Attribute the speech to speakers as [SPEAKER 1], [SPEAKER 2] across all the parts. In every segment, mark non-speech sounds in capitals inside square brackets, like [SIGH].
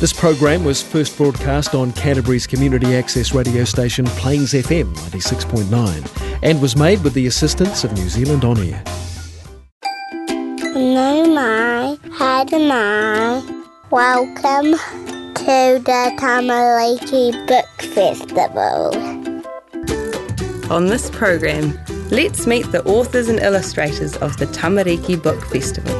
[SPEAKER 1] This program was first broadcast on Canterbury's community access radio station Plains FM 96.9 and was made with the assistance of New Zealand On Air.
[SPEAKER 2] No mai, had a mai. Welcome to the Tamariki Book Festival.
[SPEAKER 3] On this program, let's meet the authors and illustrators of the Tamariki Book Festival.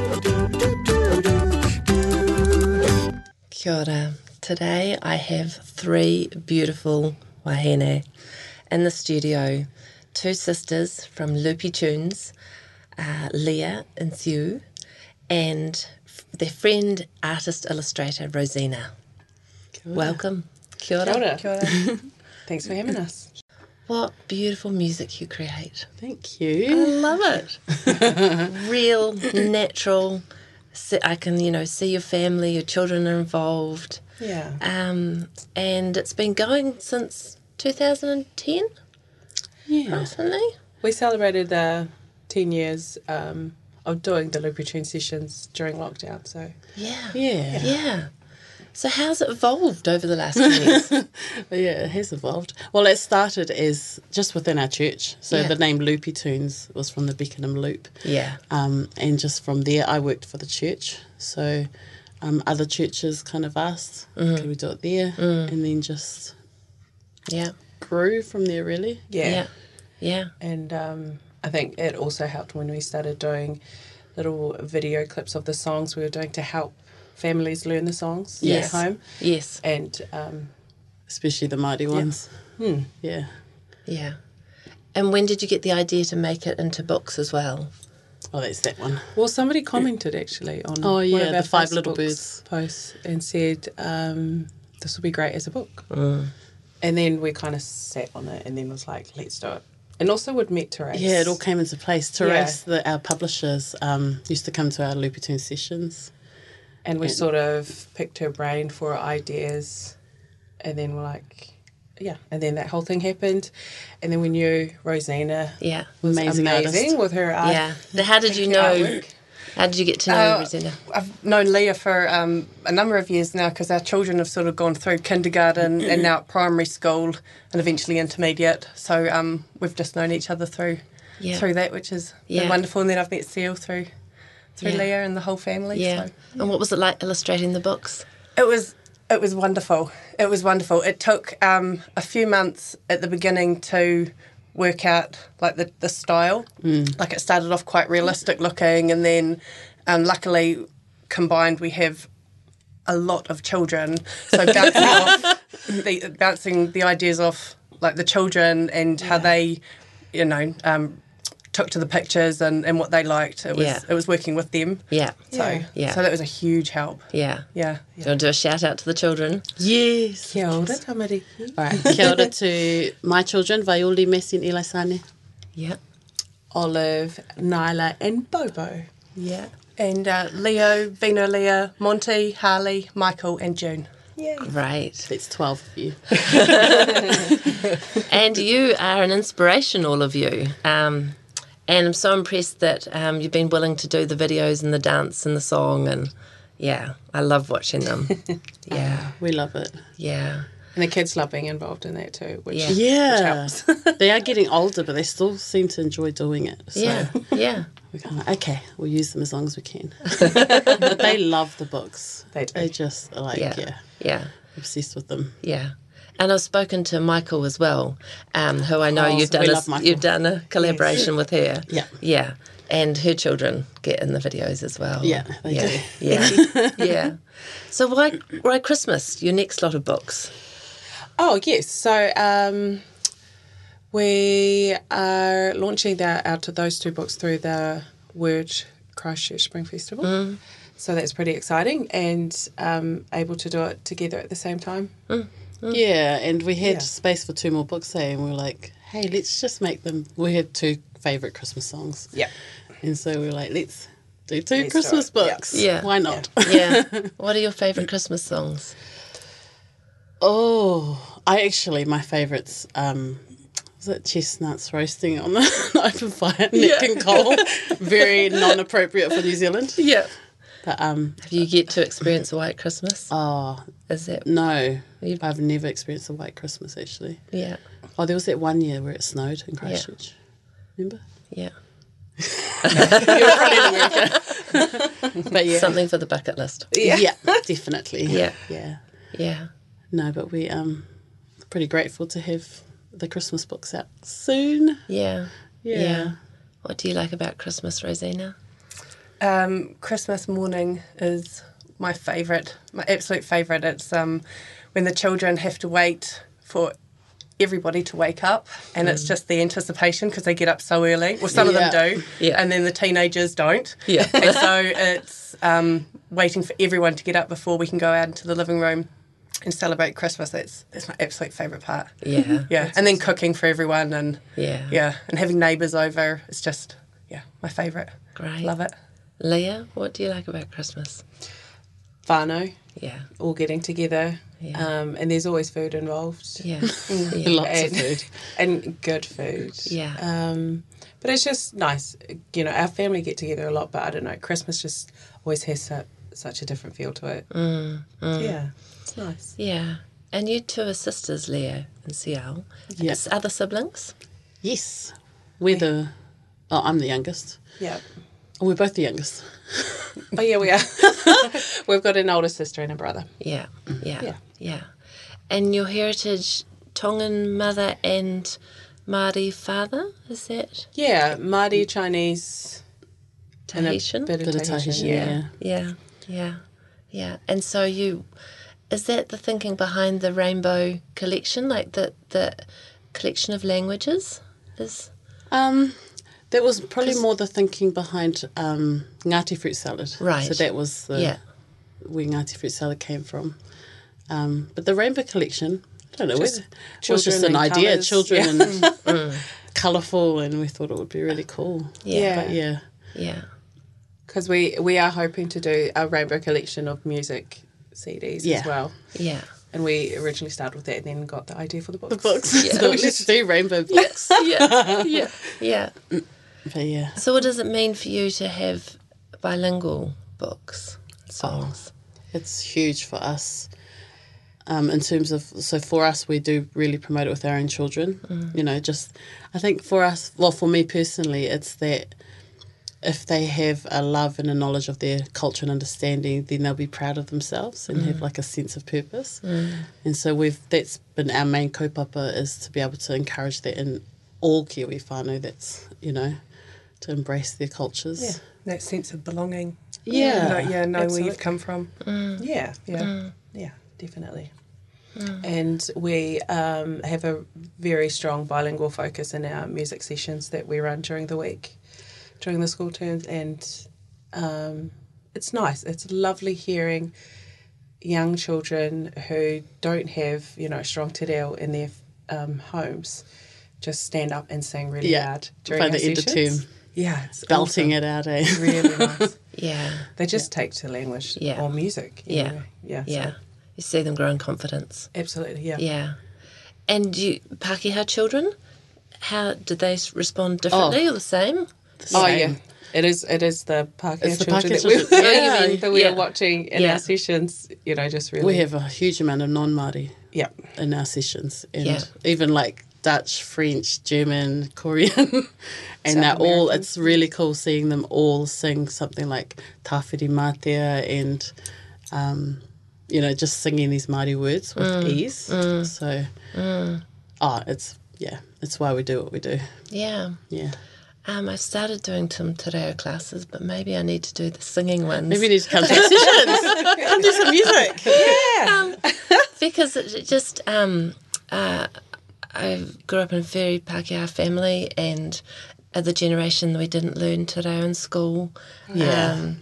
[SPEAKER 4] Kia ora. Today I have three beautiful wahine in the studio. Two sisters from Loopy Tunes, uh, Leah and Sue, and f- their friend, artist illustrator Rosina. Welcome. Kia ora.
[SPEAKER 5] Kia ora. [LAUGHS] Thanks for having us.
[SPEAKER 4] What beautiful music you create.
[SPEAKER 5] Thank you.
[SPEAKER 4] Love it.
[SPEAKER 5] [LAUGHS]
[SPEAKER 4] Real, natural. So I can, you know, see your family, your children are involved.
[SPEAKER 5] Yeah.
[SPEAKER 4] Um, and it's been going since 2010,
[SPEAKER 5] Yeah.
[SPEAKER 4] recently.
[SPEAKER 5] We celebrated uh, 10 years um, of doing the Loopy Tune sessions during lockdown. So,
[SPEAKER 4] Yeah.
[SPEAKER 5] Yeah.
[SPEAKER 4] Yeah. So how's it evolved over the last 10 [LAUGHS] years?
[SPEAKER 6] Yeah, it has evolved. Well, it started as just within our church. So
[SPEAKER 4] Yeah.
[SPEAKER 6] the name Loopy Tunes was from the Beckenham Loop.
[SPEAKER 4] yeah.
[SPEAKER 6] Um, and just from there, I worked for the church. So um, other churches kind of asked,
[SPEAKER 5] Mm-hmm.
[SPEAKER 6] could we do it there?
[SPEAKER 5] Mm.
[SPEAKER 6] And then just
[SPEAKER 4] Yeah.
[SPEAKER 6] grew from there, really.
[SPEAKER 5] yeah.
[SPEAKER 4] Yeah. Yeah.
[SPEAKER 5] And um, I think it also helped when we started doing little video clips of the songs we were doing to help families learn the songs
[SPEAKER 4] Yes.
[SPEAKER 5] at home.
[SPEAKER 4] Yes.
[SPEAKER 5] And um,
[SPEAKER 6] Especially the mighty ones.
[SPEAKER 5] Hmm.
[SPEAKER 6] Yeah.
[SPEAKER 4] Yeah. And when did you get the idea to make it into books as well?
[SPEAKER 6] Oh, that's that one.
[SPEAKER 5] Well, somebody commented actually on
[SPEAKER 6] Oh,
[SPEAKER 5] one
[SPEAKER 6] yeah,
[SPEAKER 5] of
[SPEAKER 6] the
[SPEAKER 5] our
[SPEAKER 6] Five Little
[SPEAKER 5] Facebook's
[SPEAKER 6] Birds.
[SPEAKER 5] posts and said um, this will be great as a book.
[SPEAKER 6] Uh.
[SPEAKER 5] And then we kind of sat on it and then was like, let's do it. And also would meet Therese.
[SPEAKER 6] Yeah, it all came into place. Therese, the, our publishers, um, used to come to our Loopy Tunes sessions.
[SPEAKER 5] and we sort of picked her brain for ideas, and then we're like, yeah. And then that whole thing happened, and then we knew Rosina
[SPEAKER 4] Yeah.
[SPEAKER 5] was
[SPEAKER 6] Amazing
[SPEAKER 5] amazing,
[SPEAKER 6] artist.
[SPEAKER 5] with her art.
[SPEAKER 4] Yeah. Now, how did you know?
[SPEAKER 5] Artwork.
[SPEAKER 4] How did you get to know
[SPEAKER 7] Uh,
[SPEAKER 4] Rosina?
[SPEAKER 7] I've known Leah for um, a number of years now because our children have sort of gone through kindergarten
[SPEAKER 4] Mm-hmm.
[SPEAKER 7] and now at primary school and eventually intermediate. So um, we've just known each other through
[SPEAKER 4] Yeah.
[SPEAKER 7] through that, which is been
[SPEAKER 4] Yeah.
[SPEAKER 7] wonderful. And then I've met Seal through through
[SPEAKER 4] Yeah.
[SPEAKER 7] Leah and the whole family.
[SPEAKER 4] Yeah.
[SPEAKER 7] So
[SPEAKER 4] And what was it like illustrating the books?
[SPEAKER 7] it was it was wonderful. It was wonderful. It took um, a few months at the beginning to work out like the, the style. Mm. Like it started off quite realistic looking, and then um, luckily combined we have a lot of children,
[SPEAKER 4] [LAUGHS]
[SPEAKER 7] so bouncing off the bouncing the ideas off like the children and how they, you know. Um, took to the pictures and, and what they liked it was
[SPEAKER 4] Yeah.
[SPEAKER 7] it was working with them
[SPEAKER 4] Yeah.
[SPEAKER 7] so
[SPEAKER 4] Yeah.
[SPEAKER 7] so that was a huge help
[SPEAKER 4] Yeah.
[SPEAKER 7] yeah
[SPEAKER 4] Do you want to do a shout out to the children?
[SPEAKER 6] Yes.
[SPEAKER 5] Kia ora, tamariki.
[SPEAKER 6] All right. Kia ora to my children, Vaioli, Messi, and Eli Sane.
[SPEAKER 4] Yeah.
[SPEAKER 5] Olive, Nyla, and Bobo.
[SPEAKER 4] Yeah.
[SPEAKER 7] And uh, Leo, Vino Leah, Monty, Harley, Michael, and June.
[SPEAKER 4] Great.
[SPEAKER 6] That's 12 of you.
[SPEAKER 4] And you are an inspiration, all of you. Um, and I'm so impressed that um, you've been willing to do the videos and the dance and the song. And yeah, I love watching them.
[SPEAKER 6] [LAUGHS]
[SPEAKER 4] yeah.
[SPEAKER 6] We love it.
[SPEAKER 4] Yeah.
[SPEAKER 5] And the kids love being involved in that too, which
[SPEAKER 4] Yeah.
[SPEAKER 6] Yeah.
[SPEAKER 5] [LAUGHS]
[SPEAKER 6] they are getting older, but they still seem to enjoy doing it. So [LAUGHS]
[SPEAKER 4] Yeah. Yeah.
[SPEAKER 6] we're kind of like, okay, we'll use them as long as
[SPEAKER 5] [LAUGHS]
[SPEAKER 6] we can. but they love the books.
[SPEAKER 5] They do.
[SPEAKER 6] They just are like,
[SPEAKER 4] Yeah.
[SPEAKER 6] yeah.
[SPEAKER 4] Yeah.
[SPEAKER 6] obsessed with them.
[SPEAKER 4] Yeah. And I've spoken to Michael as well, um, who I know
[SPEAKER 6] Oh,
[SPEAKER 4] you've
[SPEAKER 6] we
[SPEAKER 4] done a,
[SPEAKER 6] love Michael.
[SPEAKER 4] you've done a collaboration with her.
[SPEAKER 6] Yeah.
[SPEAKER 4] Yeah. And her children get in the videos as well.
[SPEAKER 6] Yeah, they
[SPEAKER 4] yeah.
[SPEAKER 6] do. [LAUGHS]
[SPEAKER 4] Yeah. yeah. So why why Christmas? Your next lot of books.
[SPEAKER 5] Oh yes, so um, we are launching that out to those two books through the Word Christchurch Spring Festival.
[SPEAKER 7] Mm.
[SPEAKER 5] So that's pretty exciting, and um, able to do it together at the same time.
[SPEAKER 6] Yeah, and we had
[SPEAKER 5] Mm. Yeah.
[SPEAKER 6] space for two more books there, and we were like, hey, let's just make them. We had two favourite Christmas songs.
[SPEAKER 5] Yeah.
[SPEAKER 6] And so we were like, let's do 2
[SPEAKER 5] do
[SPEAKER 6] Christmas
[SPEAKER 5] it. Yeah.
[SPEAKER 6] books.
[SPEAKER 4] Yeah.
[SPEAKER 6] Why not?
[SPEAKER 4] Yeah. what are your favourite Christmas songs?
[SPEAKER 6] Oh, I actually my favourites. Um, was it chestnuts roasting on
[SPEAKER 4] [LAUGHS]
[SPEAKER 6] [LAUGHS] the open fire, neck and coal? Very non-appropriate for New Zealand.
[SPEAKER 4] Yeah.
[SPEAKER 6] But um,
[SPEAKER 4] Have you yet to experience a white Christmas?
[SPEAKER 6] oh
[SPEAKER 4] Is that
[SPEAKER 6] no,
[SPEAKER 4] You-
[SPEAKER 6] I've never experienced a white Christmas actually.
[SPEAKER 4] yeah,
[SPEAKER 6] Oh, there was that one year where it snowed in Christchurch. Remember?
[SPEAKER 4] yeah,
[SPEAKER 6] [LAUGHS] But yeah,
[SPEAKER 4] something for the bucket list.
[SPEAKER 6] yeah,
[SPEAKER 4] [LAUGHS]
[SPEAKER 6] definitely.
[SPEAKER 4] Yeah.
[SPEAKER 6] yeah.
[SPEAKER 4] Yeah,
[SPEAKER 6] No, but we um, pretty grateful to have the Christmas books out soon.
[SPEAKER 4] yeah,
[SPEAKER 6] Yeah.
[SPEAKER 4] What do you like about Christmas, Rosina?
[SPEAKER 7] Um, Christmas morning is my favourite, my absolute favourite. It's um, when the children have to wait for everybody to wake up, and it's just the anticipation because they get up so early. Well, some of
[SPEAKER 6] Yeah.
[SPEAKER 7] them do,
[SPEAKER 4] Mm. Yeah.
[SPEAKER 7] and then the teenagers don't.
[SPEAKER 4] Yeah.
[SPEAKER 7] [LAUGHS] and so it's um, waiting for everyone to get up before we can go out into the living room and celebrate Christmas. That's that's my absolute favourite part.
[SPEAKER 4] Yeah,
[SPEAKER 7] Yeah, and then cooking for everyone, and
[SPEAKER 4] yeah,
[SPEAKER 7] yeah, and having neighbours over. It's just yeah, my favourite.
[SPEAKER 4] Great.
[SPEAKER 7] Love it.
[SPEAKER 4] Leah, what do you like about Christmas?
[SPEAKER 5] Fano,
[SPEAKER 4] Yeah,
[SPEAKER 5] all getting together.
[SPEAKER 4] Yeah.
[SPEAKER 5] Um, and there's always food involved.
[SPEAKER 6] [LAUGHS]
[SPEAKER 4] yeah,
[SPEAKER 6] Lots
[SPEAKER 5] and,
[SPEAKER 6] of food.
[SPEAKER 5] [LAUGHS] and good food.
[SPEAKER 4] Yeah.
[SPEAKER 6] Uh,
[SPEAKER 5] Um, but it's just nice. You know, our family get together a lot, but I don't know. Christmas just always has su- such a different feel to it.
[SPEAKER 6] Mm,
[SPEAKER 5] Yeah. It's nice.
[SPEAKER 4] yeah. And you two are sisters, Leo and Ciel. Yes. Other siblings?
[SPEAKER 6] Yes, we're the. Oh, I'm the youngest.
[SPEAKER 5] Yeah.
[SPEAKER 6] Oh, we're both the youngest.
[SPEAKER 5] Oh, yeah, we are. [LAUGHS] We've got an older sister and a brother.
[SPEAKER 4] Yeah, yeah, yeah.
[SPEAKER 5] Yeah.
[SPEAKER 4] And your heritage Tongan mother and Māori father, is that
[SPEAKER 5] Yeah, Māori, Chinese, and a
[SPEAKER 4] Tahitian?
[SPEAKER 5] bit of
[SPEAKER 6] Bit of
[SPEAKER 5] Tahitian,
[SPEAKER 6] Tahitian,
[SPEAKER 5] yeah.
[SPEAKER 6] yeah.
[SPEAKER 4] Yeah, yeah, yeah. And so you, is that the thinking behind the rainbow collection, like the the collection of languages? Is
[SPEAKER 6] Um, that was probably more the thinking behind um, Ngati fruit salad.
[SPEAKER 4] Right.
[SPEAKER 6] So that was the,
[SPEAKER 4] yeah,
[SPEAKER 6] where Ngati fruit salad came from. Um, but the rainbow collection, I don't know,
[SPEAKER 5] Just
[SPEAKER 6] whether- it was just an
[SPEAKER 5] children and
[SPEAKER 6] idea,
[SPEAKER 5] colours, Mm.
[SPEAKER 6] children
[SPEAKER 5] [LAUGHS]
[SPEAKER 6] and [LAUGHS] colourful, and we thought it would be really cool.
[SPEAKER 4] Yeah.
[SPEAKER 6] But yeah,
[SPEAKER 5] [LAUGHS]
[SPEAKER 4] yeah,
[SPEAKER 5] Because we, we are hoping to do a rainbow collection of music CDs
[SPEAKER 6] Yeah.
[SPEAKER 5] as well.
[SPEAKER 4] yeah,
[SPEAKER 5] And we originally started with that and then got the idea for the books.
[SPEAKER 6] the
[SPEAKER 5] [LAUGHS]
[SPEAKER 6] books. [LAUGHS] so we just do rainbow books.
[SPEAKER 4] yeah, yeah, yeah.
[SPEAKER 6] [LAUGHS] But yeah,
[SPEAKER 4] So what does it mean for you to have bilingual books, songs?
[SPEAKER 5] Oh.
[SPEAKER 6] it's huge for us. Um, in terms of so for us we do really promote it with our own children
[SPEAKER 5] Mm.
[SPEAKER 6] you know just i think for us well for me personally it's that if they have a love and a knowledge of their culture and understanding then they'll be proud of themselves and
[SPEAKER 5] Mm.
[SPEAKER 6] have like a sense of purpose and so we've that's been our main kaupapa is to be able to encourage that in all kiwi whānau that's you know to embrace their cultures
[SPEAKER 7] That sense of belonging.
[SPEAKER 6] yeah
[SPEAKER 7] Like, yeah, knowing where
[SPEAKER 5] absolutely.
[SPEAKER 7] you've come from.
[SPEAKER 5] Yeah, yeah,
[SPEAKER 6] Mm.
[SPEAKER 5] yeah, definitely. And we um, have a very strong bilingual focus in our music sessions that we run during the week, during the school terms, and um, it's nice. It's lovely hearing young children who don't have you know a strong te reo in their um, homes just stand up and sing really
[SPEAKER 6] Yeah,
[SPEAKER 5] loud during
[SPEAKER 6] by
[SPEAKER 5] our
[SPEAKER 6] the end of
[SPEAKER 5] sessions.
[SPEAKER 6] term.
[SPEAKER 5] Yeah, it's
[SPEAKER 6] belting it out eh? [LAUGHS]
[SPEAKER 5] awesome. Really nice.
[SPEAKER 4] Yeah,
[SPEAKER 5] They just take to language
[SPEAKER 4] Yeah.
[SPEAKER 5] or music. you
[SPEAKER 4] Yeah.
[SPEAKER 5] know. yeah, so
[SPEAKER 4] yeah. You see them grow in confidence.
[SPEAKER 5] absolutely. Yeah.
[SPEAKER 4] Yeah. And you Pakeha children, how did they s- respond differently or the same?
[SPEAKER 5] Oh
[SPEAKER 6] same.
[SPEAKER 5] yeah, it is. It is the Pākehā
[SPEAKER 6] It's the
[SPEAKER 5] children [LAUGHS]
[SPEAKER 6] Pākehā
[SPEAKER 5] that we,
[SPEAKER 6] children.
[SPEAKER 5] yeah,
[SPEAKER 6] Yeah,
[SPEAKER 5] that we
[SPEAKER 4] yeah.
[SPEAKER 5] are watching in
[SPEAKER 4] Yeah.
[SPEAKER 5] our sessions. You know, just really.
[SPEAKER 6] we have a huge amount of non-Māori
[SPEAKER 5] Yeah.
[SPEAKER 6] in our sessions and
[SPEAKER 4] Yeah.
[SPEAKER 6] even like Dutch, French, German, Korean. [LAUGHS] and they're all, it's really cool seeing them all sing something like Tawhiri Mātea and, um, you know, just singing these Māori words with ease. So, oh, it's, yeah, it's why we do what we do.
[SPEAKER 4] Yeah.
[SPEAKER 6] Yeah.
[SPEAKER 4] Um, I've started doing some te reo classes, but maybe I need to do the singing ones
[SPEAKER 6] Maybe we need to come to our sessions, come do some music.
[SPEAKER 4] because it it just um, uh, I grew up in a very Pakeha family, and at the generation we didn't learn te reo in school.
[SPEAKER 6] Yeah.
[SPEAKER 4] um,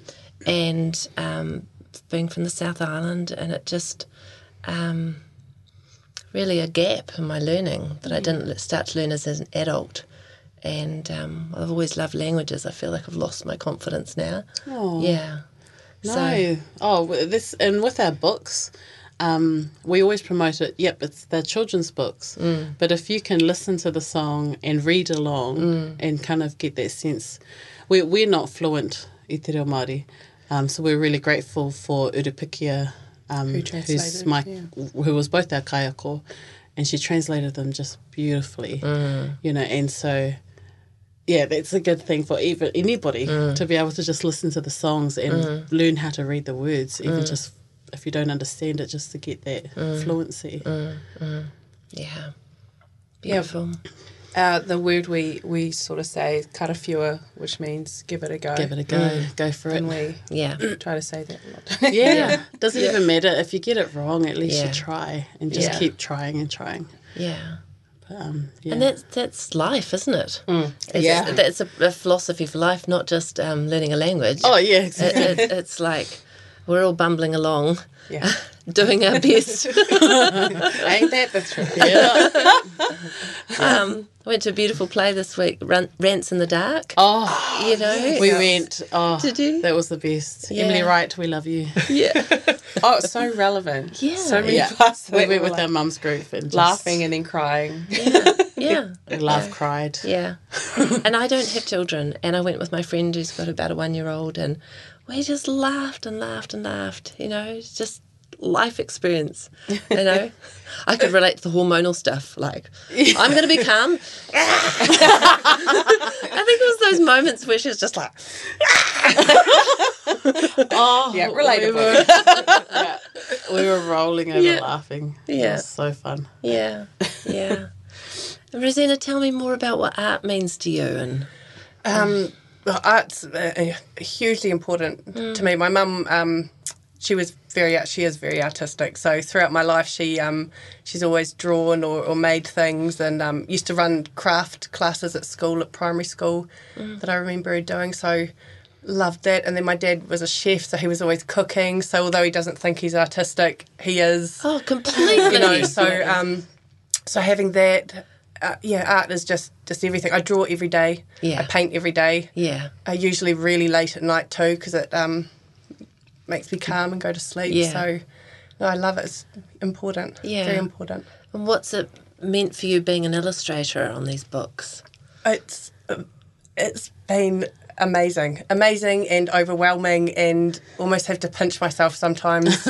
[SPEAKER 4] and um, being from the South Island, and it just um, really a gap in my learning that I didn't le- start to learn as an adult. And um, I've always loved languages. I feel like I've lost my confidence now. Yeah. So,
[SPEAKER 6] No. Oh, w- this and with our books, um, we always promote it. Yep, it's the children's books. But if you can listen to the song and read along and kind of get that sense, we we're not fluent i te reo Māori, Um, so we're really grateful for Urupikia, um,
[SPEAKER 5] Who
[SPEAKER 6] who's
[SPEAKER 5] translated,
[SPEAKER 6] my,
[SPEAKER 5] yeah.
[SPEAKER 6] who was both our kayako, and she translated them just beautifully,
[SPEAKER 4] Mm.
[SPEAKER 6] you know. And so, yeah, that's a good thing for even anybody
[SPEAKER 4] Mm.
[SPEAKER 6] to be able to just listen to the songs and learn how to read the words, even
[SPEAKER 4] Mm.
[SPEAKER 6] just if you don't understand it, just to get that fluency.
[SPEAKER 4] Mm. Yeah. Beautiful.
[SPEAKER 5] Uh, the word we, we sort of say is karafua, which means give it a go.
[SPEAKER 6] Give it a go,
[SPEAKER 4] Mm.
[SPEAKER 6] go for
[SPEAKER 4] [LAUGHS]
[SPEAKER 6] it.
[SPEAKER 5] and we
[SPEAKER 4] Yeah.
[SPEAKER 5] try to say that a lot.
[SPEAKER 6] Yeah. [LAUGHS] Doesn't even matter. If you get it wrong, at least
[SPEAKER 4] Yeah.
[SPEAKER 6] you try and just
[SPEAKER 4] Yeah.
[SPEAKER 6] keep trying and trying.
[SPEAKER 4] Yeah.
[SPEAKER 6] But, um, yeah.
[SPEAKER 4] And that's that's life, isn't it?
[SPEAKER 5] Mm.
[SPEAKER 4] It's,
[SPEAKER 6] Yeah.
[SPEAKER 4] That's a, a philosophy for life, not just um, learning a language.
[SPEAKER 6] oh, yeah,
[SPEAKER 4] [LAUGHS]
[SPEAKER 6] exactly.
[SPEAKER 4] It, it, it's like we're all bumbling along,
[SPEAKER 5] yeah.
[SPEAKER 4] [LAUGHS] doing our best.
[SPEAKER 5] [LAUGHS] Ain't that the truth?
[SPEAKER 6] Yeah.
[SPEAKER 4] [LAUGHS] um, I went to a beautiful play this week, Ran- Rants in the Dark.
[SPEAKER 6] Oh,
[SPEAKER 4] you know,
[SPEAKER 6] we went. Oh,
[SPEAKER 4] Did you?
[SPEAKER 6] That was the best.
[SPEAKER 4] Yeah.
[SPEAKER 6] Emily Wright, we love you. [LAUGHS]
[SPEAKER 4] yeah,
[SPEAKER 5] [LAUGHS] Oh, it's so relevant.
[SPEAKER 4] Yeah.
[SPEAKER 5] [LAUGHS] So many [LAUGHS]
[SPEAKER 6] Yeah.
[SPEAKER 5] parts that
[SPEAKER 6] we
[SPEAKER 5] we
[SPEAKER 6] went
[SPEAKER 5] were
[SPEAKER 6] with
[SPEAKER 5] like
[SPEAKER 6] our mum's group and just
[SPEAKER 5] laughing and then [LAUGHS] crying.
[SPEAKER 4] yeah,
[SPEAKER 6] and laugh cried.
[SPEAKER 4] [LAUGHS] yeah. And I don't have children, and I went with my friend who's got about a one-year-old, and we just laughed and laughed and laughed. You know, it's just life experience. You [LAUGHS] know, I could relate to the hormonal stuff. Like, I'm going to be [LAUGHS] calm. I think it was those moments where she was just like,
[SPEAKER 6] Oh,
[SPEAKER 5] Yeah,
[SPEAKER 6] We
[SPEAKER 5] relatable. [LAUGHS]
[SPEAKER 6] were, yeah, we were rolling over
[SPEAKER 4] Yeah.
[SPEAKER 6] laughing. it
[SPEAKER 4] Yeah.
[SPEAKER 6] was so fun.
[SPEAKER 4] yeah, yeah. And Rosina, tell me more about what art means to you and.
[SPEAKER 7] Um, well, art's uh, uh, hugely important to me. My mum, um, she was very, she is very artistic. So throughout my life, she um, she's always drawn or, or made things, and um, used to run craft classes at school, at primary school, that I remember doing. So loved that. And then my dad was a chef, so he was always cooking. So although he doesn't think he's artistic, he is
[SPEAKER 4] Oh, [LAUGHS] completely.
[SPEAKER 7] [LAUGHS] you know so um so having that uh, yeah art is just just everything i draw every day
[SPEAKER 4] Yeah.
[SPEAKER 7] i paint every day
[SPEAKER 4] yeah,
[SPEAKER 7] i usually really late at night too because it um makes me calm and go to sleep
[SPEAKER 4] Yeah.
[SPEAKER 7] so no, i love it it's important
[SPEAKER 4] Yeah.
[SPEAKER 7] very important
[SPEAKER 4] and what's it meant for you being an illustrator on these books?
[SPEAKER 7] it's um, it's been amazing amazing and overwhelming and almost have to pinch myself
[SPEAKER 6] [LAUGHS]
[SPEAKER 7] sometimes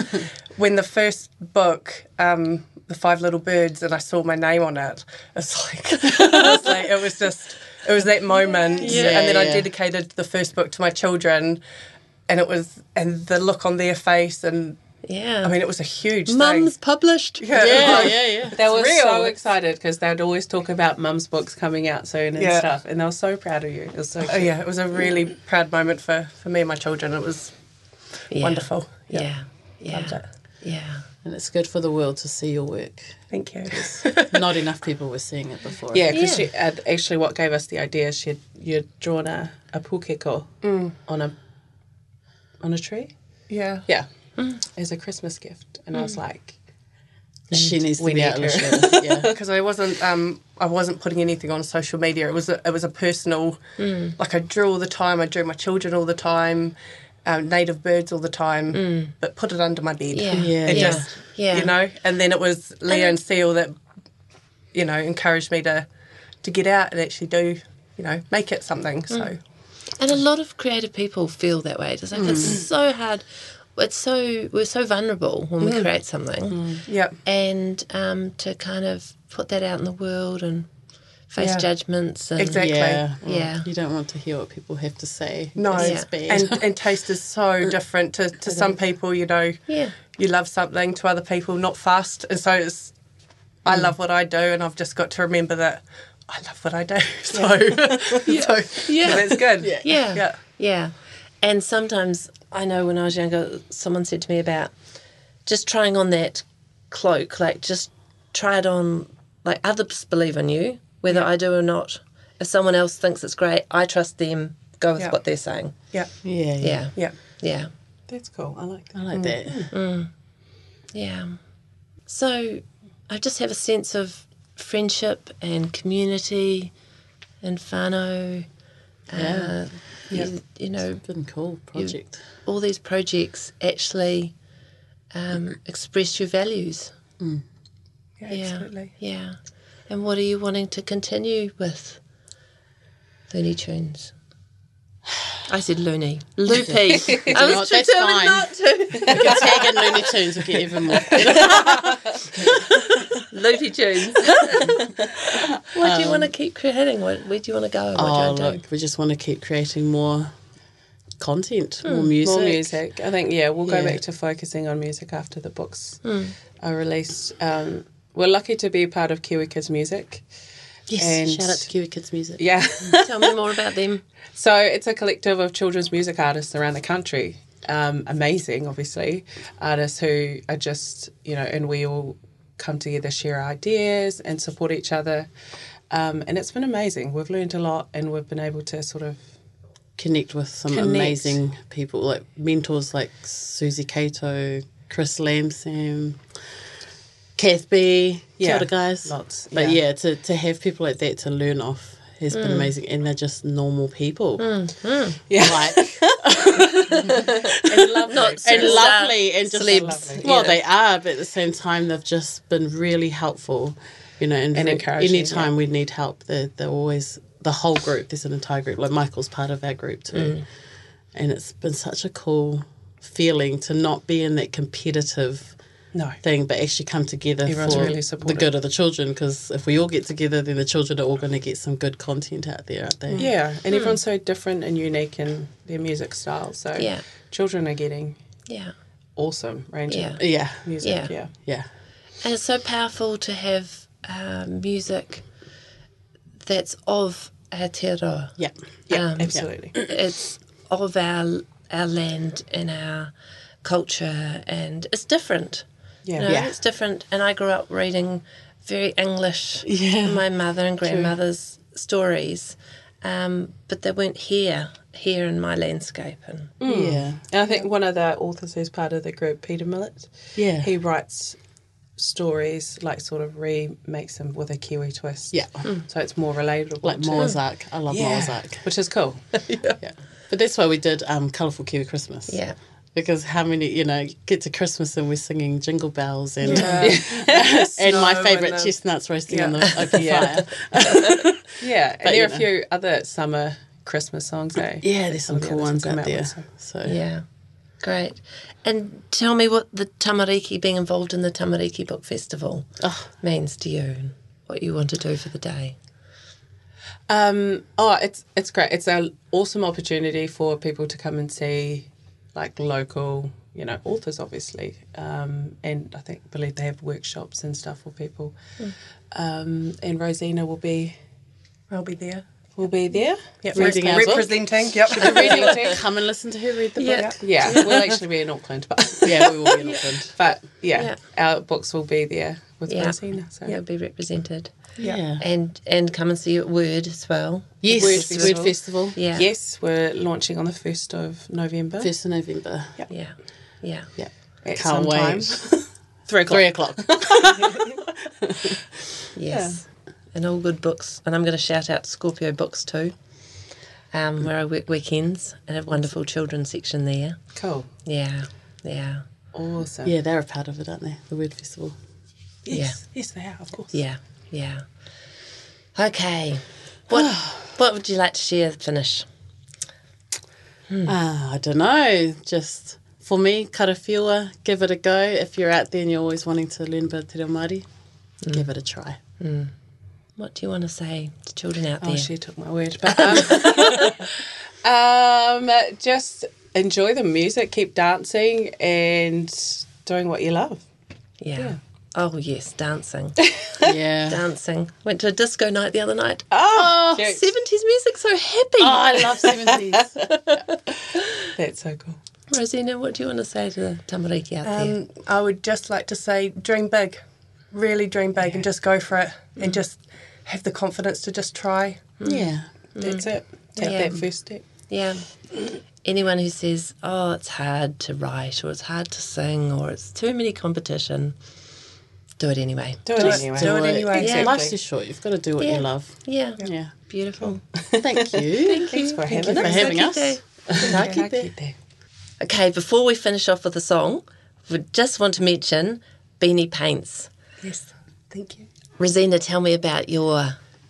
[SPEAKER 7] when the first book um the five little birds and i saw my name on it it's like, [LAUGHS] it was like it was just it was that moment and then i
[SPEAKER 6] Yeah.
[SPEAKER 7] dedicated the first book to my children and it was and the look on their face and
[SPEAKER 4] Yeah,
[SPEAKER 7] i mean it was a huge
[SPEAKER 4] Mum's
[SPEAKER 7] thing
[SPEAKER 4] published.
[SPEAKER 7] yeah,
[SPEAKER 6] Yeah, yeah, yeah.
[SPEAKER 5] Oh, They were
[SPEAKER 7] real.
[SPEAKER 5] so excited because they'd always talk about mum's books coming out soon and
[SPEAKER 7] Yeah.
[SPEAKER 5] stuff, and they were so proud of you. It was so
[SPEAKER 7] Oh, yeah it was a really proud moment for for me and my children it was
[SPEAKER 4] Yeah.
[SPEAKER 7] wonderful
[SPEAKER 4] Yeah, yeah,
[SPEAKER 7] Loved it.
[SPEAKER 4] yeah.
[SPEAKER 6] And it's good for the world to see your
[SPEAKER 5] [LAUGHS]
[SPEAKER 6] work.
[SPEAKER 7] thank you [LAUGHS]
[SPEAKER 6] Not enough people were seeing it before.
[SPEAKER 5] Yeah,
[SPEAKER 4] Yeah.
[SPEAKER 5] because she had actually what gave us the idea. She had you'd drawn a a pukeko on a on a tree.
[SPEAKER 7] yeah
[SPEAKER 5] Yeah, Mm. as a Christmas gift, and I was like,
[SPEAKER 6] she needs to
[SPEAKER 5] We
[SPEAKER 6] be
[SPEAKER 5] need
[SPEAKER 6] out
[SPEAKER 5] her. [LAUGHS]
[SPEAKER 6] illustrated. Yeah,
[SPEAKER 7] because I wasn't um, I wasn't putting anything on social media. It was a, it was a personal like I drew all the time. I drew my children all the time, um, native birds all the time, but put it under my bed.
[SPEAKER 4] Yeah.
[SPEAKER 6] Yeah.
[SPEAKER 7] [LAUGHS] and
[SPEAKER 6] Yeah.
[SPEAKER 7] just
[SPEAKER 4] Yeah.
[SPEAKER 7] you know. And then it was Leah and Seal that you know encouraged me to to get out and actually do you know make it something. So
[SPEAKER 4] And a lot of creative people feel that way. It's like it's
[SPEAKER 7] Mm.
[SPEAKER 4] so hard. It's so we're so vulnerable when
[SPEAKER 7] Mm.
[SPEAKER 4] we create something,
[SPEAKER 7] yeah,
[SPEAKER 4] and um, to kind of put that out in the world and face
[SPEAKER 7] Yeah.
[SPEAKER 4] judgments. And,
[SPEAKER 7] Exactly.
[SPEAKER 6] yeah, Mm.
[SPEAKER 4] Yeah.
[SPEAKER 6] You don't want to hear what people have to say.
[SPEAKER 7] No.
[SPEAKER 6] it's
[SPEAKER 4] Yeah.
[SPEAKER 6] bad.
[SPEAKER 7] and and taste is
[SPEAKER 4] [LAUGHS]
[SPEAKER 7] so different to, to some people. You know,
[SPEAKER 4] Yeah.
[SPEAKER 7] you love something to other people, not fast. And so it's,
[SPEAKER 4] Mm.
[SPEAKER 7] I love what I do, and I've just got to remember that I love what I do. [LAUGHS] So, so,
[SPEAKER 4] Yeah.
[SPEAKER 7] so that's good. Yeah.
[SPEAKER 4] Yeah.
[SPEAKER 7] Yeah.
[SPEAKER 4] Yeah. And sometimes I know when I was younger, someone said to me about just trying on that cloak, like just try it on, like others believe in you, whether I do or not. If someone else thinks it's great, I trust them, go with
[SPEAKER 7] Yeah.
[SPEAKER 4] what they're saying.
[SPEAKER 7] Yeah.
[SPEAKER 6] yeah, yeah,
[SPEAKER 4] Yeah.
[SPEAKER 7] Yeah.
[SPEAKER 4] Yeah.
[SPEAKER 5] "That's cool. I like that."
[SPEAKER 6] I like that.
[SPEAKER 4] Yeah. So I just have a sense of friendship and community and whānau. Uh, you, you know,
[SPEAKER 6] Been cool
[SPEAKER 5] [LAUGHS]
[SPEAKER 6] project.
[SPEAKER 4] all these projects actually
[SPEAKER 6] Mm-hmm.
[SPEAKER 4] um, express your values.
[SPEAKER 7] Yeah,
[SPEAKER 4] Yeah.
[SPEAKER 7] Absolutely.
[SPEAKER 4] Yeah. And what are you wanting to continue with? Looney Tunes. I said loony. Loopy. [LAUGHS] I
[SPEAKER 6] not-
[SPEAKER 4] was
[SPEAKER 6] that's
[SPEAKER 4] determined
[SPEAKER 6] fine.
[SPEAKER 4] not to.
[SPEAKER 6] Your tag in Looney Tunes will get even more.
[SPEAKER 4] Loopy tunes. [LAUGHS] Um, what do you want to keep creating? What, where do you want to go? What
[SPEAKER 6] [LAUGHS]
[SPEAKER 4] do
[SPEAKER 6] oh,
[SPEAKER 4] you want to do?
[SPEAKER 6] look, we just want to keep creating more content, more music.
[SPEAKER 5] Hmm, More music. I think, yeah, we'll go
[SPEAKER 6] Yeah.
[SPEAKER 5] back to focusing on music after the books are released. Um, we're lucky to be part of Kiwi Kids Music.
[SPEAKER 6] Yes,
[SPEAKER 5] And-
[SPEAKER 6] shout out to Kiwi Kids Music.
[SPEAKER 5] Yeah.
[SPEAKER 4] [LAUGHS] Tell me more about them.
[SPEAKER 5] so it's a collective of children's music artists around the country. Um, amazing, obviously. Artists who are just, you know, and we all come together, share ideas, and support each other. Um, and it's been amazing. We've learned a lot and we've been able to sort of
[SPEAKER 6] Connect with some
[SPEAKER 5] Connect.
[SPEAKER 6] amazing people, like mentors like Susie Cato, Chris Lamson, Kath B.
[SPEAKER 5] Yeah,
[SPEAKER 6] Kia ora, guys.
[SPEAKER 5] lots,
[SPEAKER 6] But
[SPEAKER 5] yeah. Hmm.
[SPEAKER 6] yeah, to, to have people like that to learn off has been amazing. And they're just normal people.
[SPEAKER 5] [LAUGHS] Yeah.
[SPEAKER 6] Like,
[SPEAKER 5] and love
[SPEAKER 4] Not
[SPEAKER 6] and
[SPEAKER 4] Superstar
[SPEAKER 6] lovely and just uh,
[SPEAKER 4] celebs, you
[SPEAKER 6] well
[SPEAKER 4] know.
[SPEAKER 6] they are but at the same time they've just been really helpful you know and,
[SPEAKER 5] And
[SPEAKER 6] re-
[SPEAKER 5] encouraging,
[SPEAKER 6] anytime we need help they're, they're always the whole group there's an entire group like michael's part of our group too and it's been such a cool feeling to not be in that competitive
[SPEAKER 5] No.
[SPEAKER 6] thing but actually come together
[SPEAKER 5] Everyone's
[SPEAKER 6] for
[SPEAKER 5] really
[SPEAKER 6] the
[SPEAKER 5] supportive.
[SPEAKER 6] good of the children because if we all get together then the children are all going to get some good content out there aren't they
[SPEAKER 5] Yeah, and everyone's so different and unique in their music style. So
[SPEAKER 4] Yeah.
[SPEAKER 5] children are getting
[SPEAKER 4] Yeah.
[SPEAKER 5] awesome range
[SPEAKER 4] Yeah.
[SPEAKER 5] of
[SPEAKER 6] yeah
[SPEAKER 5] music. Yeah.
[SPEAKER 4] Yeah.
[SPEAKER 6] yeah
[SPEAKER 4] And it's so powerful to have uh, music that's of Aotearoa.
[SPEAKER 6] yeah
[SPEAKER 4] Um,
[SPEAKER 5] absolutely.
[SPEAKER 4] it's of our our land and our culture, and it's different.
[SPEAKER 5] Yeah.
[SPEAKER 4] you know,
[SPEAKER 6] Yeah.
[SPEAKER 4] it's different. And I grew up reading very English, my mother and grandmother's stories, um, but they weren't here here in my landscape. And
[SPEAKER 6] yeah
[SPEAKER 5] And I think one of the authors who's part of the group, Peter Millett,
[SPEAKER 6] yeah
[SPEAKER 5] he writes stories like sort of remakes them with a Kiwi twist.
[SPEAKER 6] yeah Hmm.
[SPEAKER 5] So it's more relatable.
[SPEAKER 6] like
[SPEAKER 5] to-
[SPEAKER 6] Mozart. I love
[SPEAKER 5] Yeah.
[SPEAKER 6] Mozart.
[SPEAKER 5] Which is
[SPEAKER 6] [LAUGHS]
[SPEAKER 5] cool.
[SPEAKER 6] Yeah. But that's why we did um, Colourful Kiwi Christmas.
[SPEAKER 4] yeah,
[SPEAKER 6] Because how many, you know, get to Christmas and we're singing jingle bells and [LAUGHS] and my
[SPEAKER 5] Snow
[SPEAKER 6] favourite
[SPEAKER 5] and the-
[SPEAKER 6] chestnuts roasting
[SPEAKER 5] Yeah.
[SPEAKER 6] on the [LAUGHS] open
[SPEAKER 5] Yeah.
[SPEAKER 6] fire.
[SPEAKER 5] yeah. And
[SPEAKER 6] But,
[SPEAKER 5] there are
[SPEAKER 6] you
[SPEAKER 5] a
[SPEAKER 6] know.
[SPEAKER 5] few other summer Christmas songs, eh?
[SPEAKER 6] Oh, Yeah, there's some
[SPEAKER 5] Yeah,
[SPEAKER 6] cool
[SPEAKER 5] there's
[SPEAKER 6] ones
[SPEAKER 5] some
[SPEAKER 6] out
[SPEAKER 5] good
[SPEAKER 6] there.
[SPEAKER 5] ones.
[SPEAKER 6] So
[SPEAKER 4] yeah, great. And tell me what the tamariki being involved in the Tamariki Book Festival means to you, and what you want to do for the day.
[SPEAKER 5] Um, oh, it's it's great. It's an awesome opportunity for people to come and see, like local, you know, authors, obviously. Um, and I think believe they have workshops and stuff for people. Um, and Rosina will be
[SPEAKER 7] I'll be there.
[SPEAKER 5] will be there.
[SPEAKER 7] Yep,
[SPEAKER 6] Reading
[SPEAKER 7] rep-
[SPEAKER 6] our book.
[SPEAKER 7] representing. Yep.
[SPEAKER 6] come and listen to her read the book.
[SPEAKER 4] Yeah.
[SPEAKER 5] Yeah, we'll actually be in Auckland, but
[SPEAKER 6] Yeah, we will be in Auckland.
[SPEAKER 5] but yeah, our books will be there with
[SPEAKER 4] Yeah.
[SPEAKER 5] Rosina. So
[SPEAKER 4] You'll be represented,
[SPEAKER 6] Yeah.
[SPEAKER 4] and and come and see you at Word as well.
[SPEAKER 6] Yes,
[SPEAKER 5] Word
[SPEAKER 6] Word Festival.
[SPEAKER 5] Festival.
[SPEAKER 4] Yeah,
[SPEAKER 5] yes, we're launching on the first of November.
[SPEAKER 6] First of November.
[SPEAKER 4] yeah, yeah.
[SPEAKER 6] Yeah.
[SPEAKER 5] At
[SPEAKER 6] Can't
[SPEAKER 5] some time.
[SPEAKER 6] wait.
[SPEAKER 5] Three o'clock.
[SPEAKER 6] Three o'clock.
[SPEAKER 4] Yes. And all good books. And I'm going to shout out Scorpio Books too, um, where I work weekends and have a wonderful children's section there.
[SPEAKER 5] Cool.
[SPEAKER 4] Yeah. Yeah.
[SPEAKER 5] Awesome.
[SPEAKER 6] [LAUGHS] yeah, they're a part of it, aren't they? The Word Festival.
[SPEAKER 5] Yes. Yes, they are. Of course.
[SPEAKER 4] Yeah. Yeah. Okay. What What would you like to share to finish?
[SPEAKER 6] Ah, I don't know. Just for me, karafiwa, give it a go. If you're out there and you're always wanting to learn about te reo Māori,
[SPEAKER 5] Mm.
[SPEAKER 6] give it a
[SPEAKER 5] [LAUGHS]
[SPEAKER 6] try.
[SPEAKER 4] What do you want to say to children out
[SPEAKER 5] Oh,
[SPEAKER 4] there?
[SPEAKER 5] she took my word. But [LAUGHS] um, um, just enjoy the music, keep dancing, and doing what you love.
[SPEAKER 4] Yeah. Oh, yes. Dancing.
[SPEAKER 6] Yeah.
[SPEAKER 4] dancing. Went to a disco night the other night.
[SPEAKER 5] Oh,
[SPEAKER 4] 70s music, so happy.
[SPEAKER 6] Oh, I love
[SPEAKER 5] [LAUGHS]
[SPEAKER 6] 70s.
[SPEAKER 5] that's so cool.
[SPEAKER 4] Rosina, what do you want to say to the tamariki out there?
[SPEAKER 7] Um, I would just like to say dream big, really dream big and just go for it
[SPEAKER 4] Mm.
[SPEAKER 7] and just have the confidence to just try.
[SPEAKER 6] yeah.
[SPEAKER 5] That's it. Take
[SPEAKER 4] Yeah.
[SPEAKER 5] that first step.
[SPEAKER 4] Yeah. Anyone who says, oh, it's hard to write or it's hard to sing or it's too many competition, do it anyway.
[SPEAKER 5] Do it
[SPEAKER 7] Just
[SPEAKER 5] anyway.
[SPEAKER 7] do it
[SPEAKER 5] [LAUGHS]
[SPEAKER 7] anyway.
[SPEAKER 5] Exactly.
[SPEAKER 6] Life's too short. You've got to do what
[SPEAKER 4] Yeah.
[SPEAKER 6] you
[SPEAKER 5] [LAUGHS]
[SPEAKER 6] love.
[SPEAKER 4] Yeah.
[SPEAKER 6] Yeah.
[SPEAKER 4] Beautiful.
[SPEAKER 6] Thank you
[SPEAKER 5] Thanks for
[SPEAKER 6] for
[SPEAKER 5] having us.
[SPEAKER 6] having us. [LAUGHS]
[SPEAKER 4] Kite.
[SPEAKER 6] Ka kite.
[SPEAKER 5] Kite.
[SPEAKER 4] Okay, before we finish off with a song, we just want to mention Beanie Paints.
[SPEAKER 7] Yes, thank you.
[SPEAKER 4] Rosina, tell me about your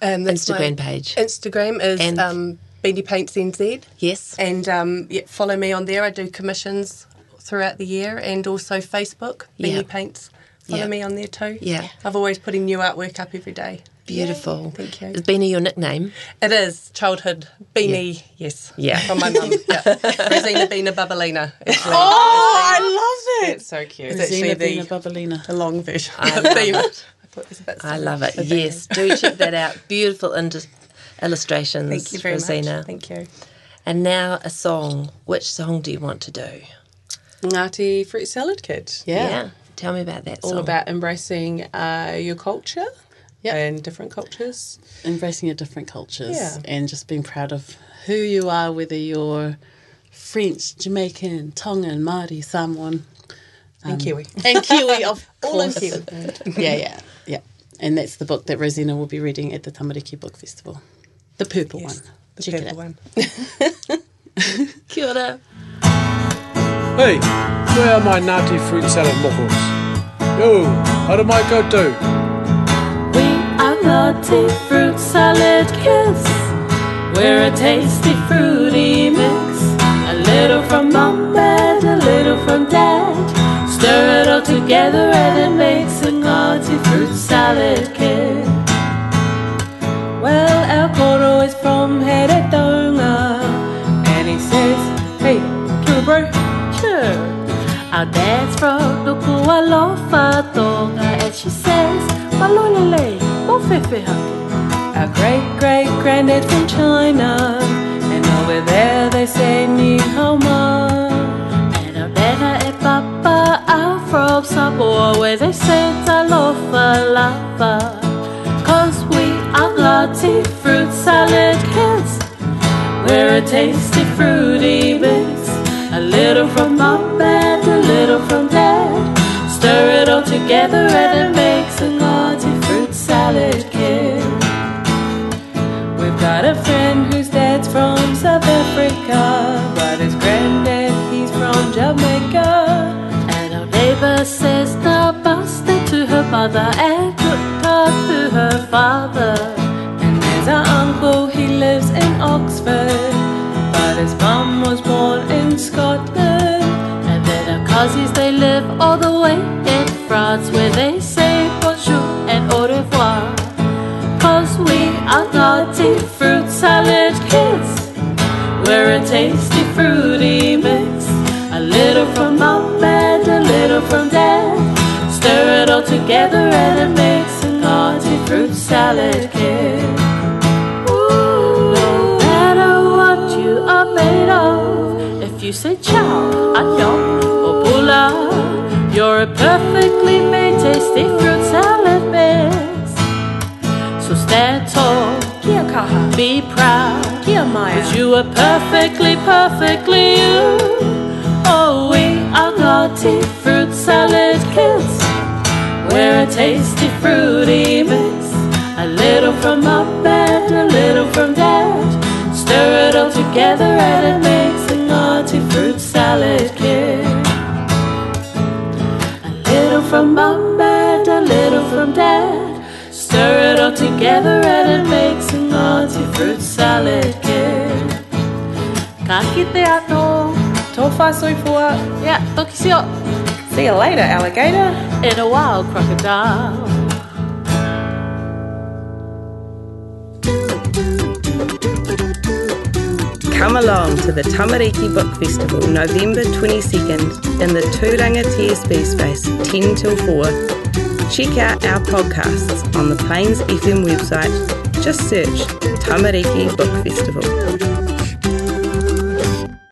[SPEAKER 7] Um, that's my
[SPEAKER 4] Instagram page.
[SPEAKER 7] Instagram is
[SPEAKER 4] And-
[SPEAKER 7] um, Beanie Paints NZ.
[SPEAKER 4] Yes.
[SPEAKER 7] And um, yeah, follow me on there. I do commissions throughout the year and also Facebook, Beanie
[SPEAKER 4] Yeah.
[SPEAKER 7] Paints. Follow
[SPEAKER 4] Yeah.
[SPEAKER 7] me on there too.
[SPEAKER 4] Yeah.
[SPEAKER 7] I've always putting new artwork up every day.
[SPEAKER 4] Beautiful.
[SPEAKER 7] Thank you.
[SPEAKER 4] Is Beanie your nickname?
[SPEAKER 7] It is childhood beanie, yes.
[SPEAKER 4] [LAUGHS] Yeah. Oh!
[SPEAKER 7] From my mum. [LAUGHS] Yeah. Rosina Bina Babalina. actually.
[SPEAKER 5] I love it. It's so cute.
[SPEAKER 7] It's
[SPEAKER 8] Zena
[SPEAKER 7] actually
[SPEAKER 8] Bina
[SPEAKER 7] the,
[SPEAKER 8] Babalina.
[SPEAKER 7] the long version.
[SPEAKER 4] I
[SPEAKER 7] [LAUGHS] I
[SPEAKER 4] love
[SPEAKER 7] I thought it was a bit
[SPEAKER 4] I
[SPEAKER 7] silly.
[SPEAKER 4] love it.
[SPEAKER 7] But thank
[SPEAKER 4] Yes, do
[SPEAKER 7] [LAUGHS]
[SPEAKER 4] check that out. Beautiful ind- illustrations,
[SPEAKER 7] Thank you very
[SPEAKER 4] Rosina.
[SPEAKER 7] much. Thank you.
[SPEAKER 4] And now a song. Which song do you want to do?
[SPEAKER 5] Ngati fruit salad kit.
[SPEAKER 8] Yeah.
[SPEAKER 4] Tell me about that
[SPEAKER 5] All
[SPEAKER 4] song.
[SPEAKER 5] about embracing uh, your culture
[SPEAKER 8] Yep.
[SPEAKER 5] and different cultures.
[SPEAKER 8] Embracing your different cultures
[SPEAKER 5] Yeah.
[SPEAKER 8] and just being proud of who you are, whether you're French, Jamaican, Tongan, Māori, Samoan,
[SPEAKER 5] and Kiwi.
[SPEAKER 8] and Kiwi, [LAUGHS] of
[SPEAKER 5] All in
[SPEAKER 8] course.
[SPEAKER 5] Kiwi.
[SPEAKER 8] [LAUGHS] yeah, yeah, yeah. And that's the book that Rosina will be reading at the Tamariki Book Festival. The purple one.
[SPEAKER 7] The
[SPEAKER 8] Check it
[SPEAKER 7] purple
[SPEAKER 8] out.
[SPEAKER 7] one.
[SPEAKER 4] Kia ora.
[SPEAKER 1] Hey, where are my Ngāti fruit salad mockles? Yo, how did my koutou?
[SPEAKER 6] We are naughty fruit salad kiss. We're a tasty fruity mix. A little from mom and a little from dad. Stir it all together and it makes a naughty fruit salad kiss. Well, El Coro is from Heretonga, and he says, Hey, Kiwi bro, sure. Our dad's from Nuku'alofa Tonga, and she says, Malolele, Mofefe hake." Our great great granddad from China, and over there they say Ni hao ma. And our Bella and Papa are from Samoa, where they say Talofa Lapa. Cause we are naughty fruit salad kids. We're a tasty fruity mix. A little from mom and a little from dad. Stir it all together and it makes a naughty fruit salad kid. We've got a friend whose dad's from South Africa, but his granddad, he's from Jamaica. And our neighbor says the bastard to her mother and took her to her father. And there's our uncle, he lives in Oxford, but his mum was born in Scotland. And then our cousins, they live all the way in France, where they say bonjour and au revoir. Cause we are naughty fruit salad kids. We're a tasty fruity mix. A little from mom and a little from dad. Stir it all together and it makes a naughty fruit salad kid. Ooh, no matter what you are made of, if you say ciao, annyeong, or bula, you're a perfectly made tasty fruit salad mix. So stand tall, Kia kaha. be proud, Kia Maya. Cause you are perfectly, perfectly you. Oh, we are naughty fruit salad kids. We're a tasty, fruity mix. A little from mom and a little from dad. Stir it all together and it makes a naughty fruit salad kid. A little from mum and a little from dad. Stir it all together and it makes a naughty fruit salad kid. Ka kite ato.
[SPEAKER 3] Tō whāsoi pua.
[SPEAKER 6] Yeah, toki sio.
[SPEAKER 3] See you later, alligator.
[SPEAKER 6] In a wild crocodile.
[SPEAKER 3] Come along to the Tamariki Book Festival, November 22nd, in the Turanga TSB space, 10 till 4. Check out our podcasts on the Plains FM website. Just search Tamariki Book Festival.